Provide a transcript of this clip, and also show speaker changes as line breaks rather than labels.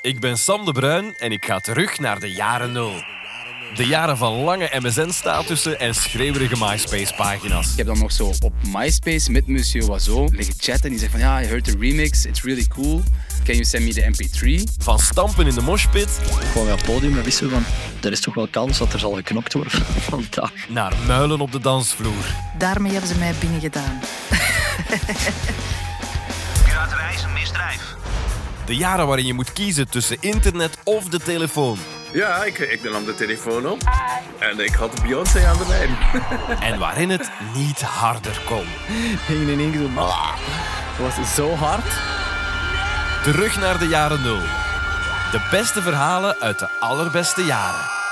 Ik ben Sam de Bruin en ik ga terug naar de jaren nul. De jaren van lange MSN-statussen en schreeuwerige MySpace-pagina's.
Ik heb dan nog zo op MySpace met Monsieur Wazo liggen chatten. Die zegt van ja, je heard de remix, it's really cool. Can you send me the MP3?
Van stampen in de moshpit
Gewoon weer op het podium en wisten van, er is toch wel kans dat er zal geknokt worden vandaag.
naar muilen op de dansvloer.
Daarmee hebben ze mij binnengedaan.
Piraterij is een misdrijf.
De jaren waarin je moet kiezen tussen internet of de telefoon.
Ja, ik, ik nam de telefoon op. En ik had Beyoncé aan de lijn.
En waarin het niet harder kon.
Ging in één keer zo... "Ah." Dat was zo hard.
Terug naar de jaren nul. De beste verhalen uit de allerbeste jaren.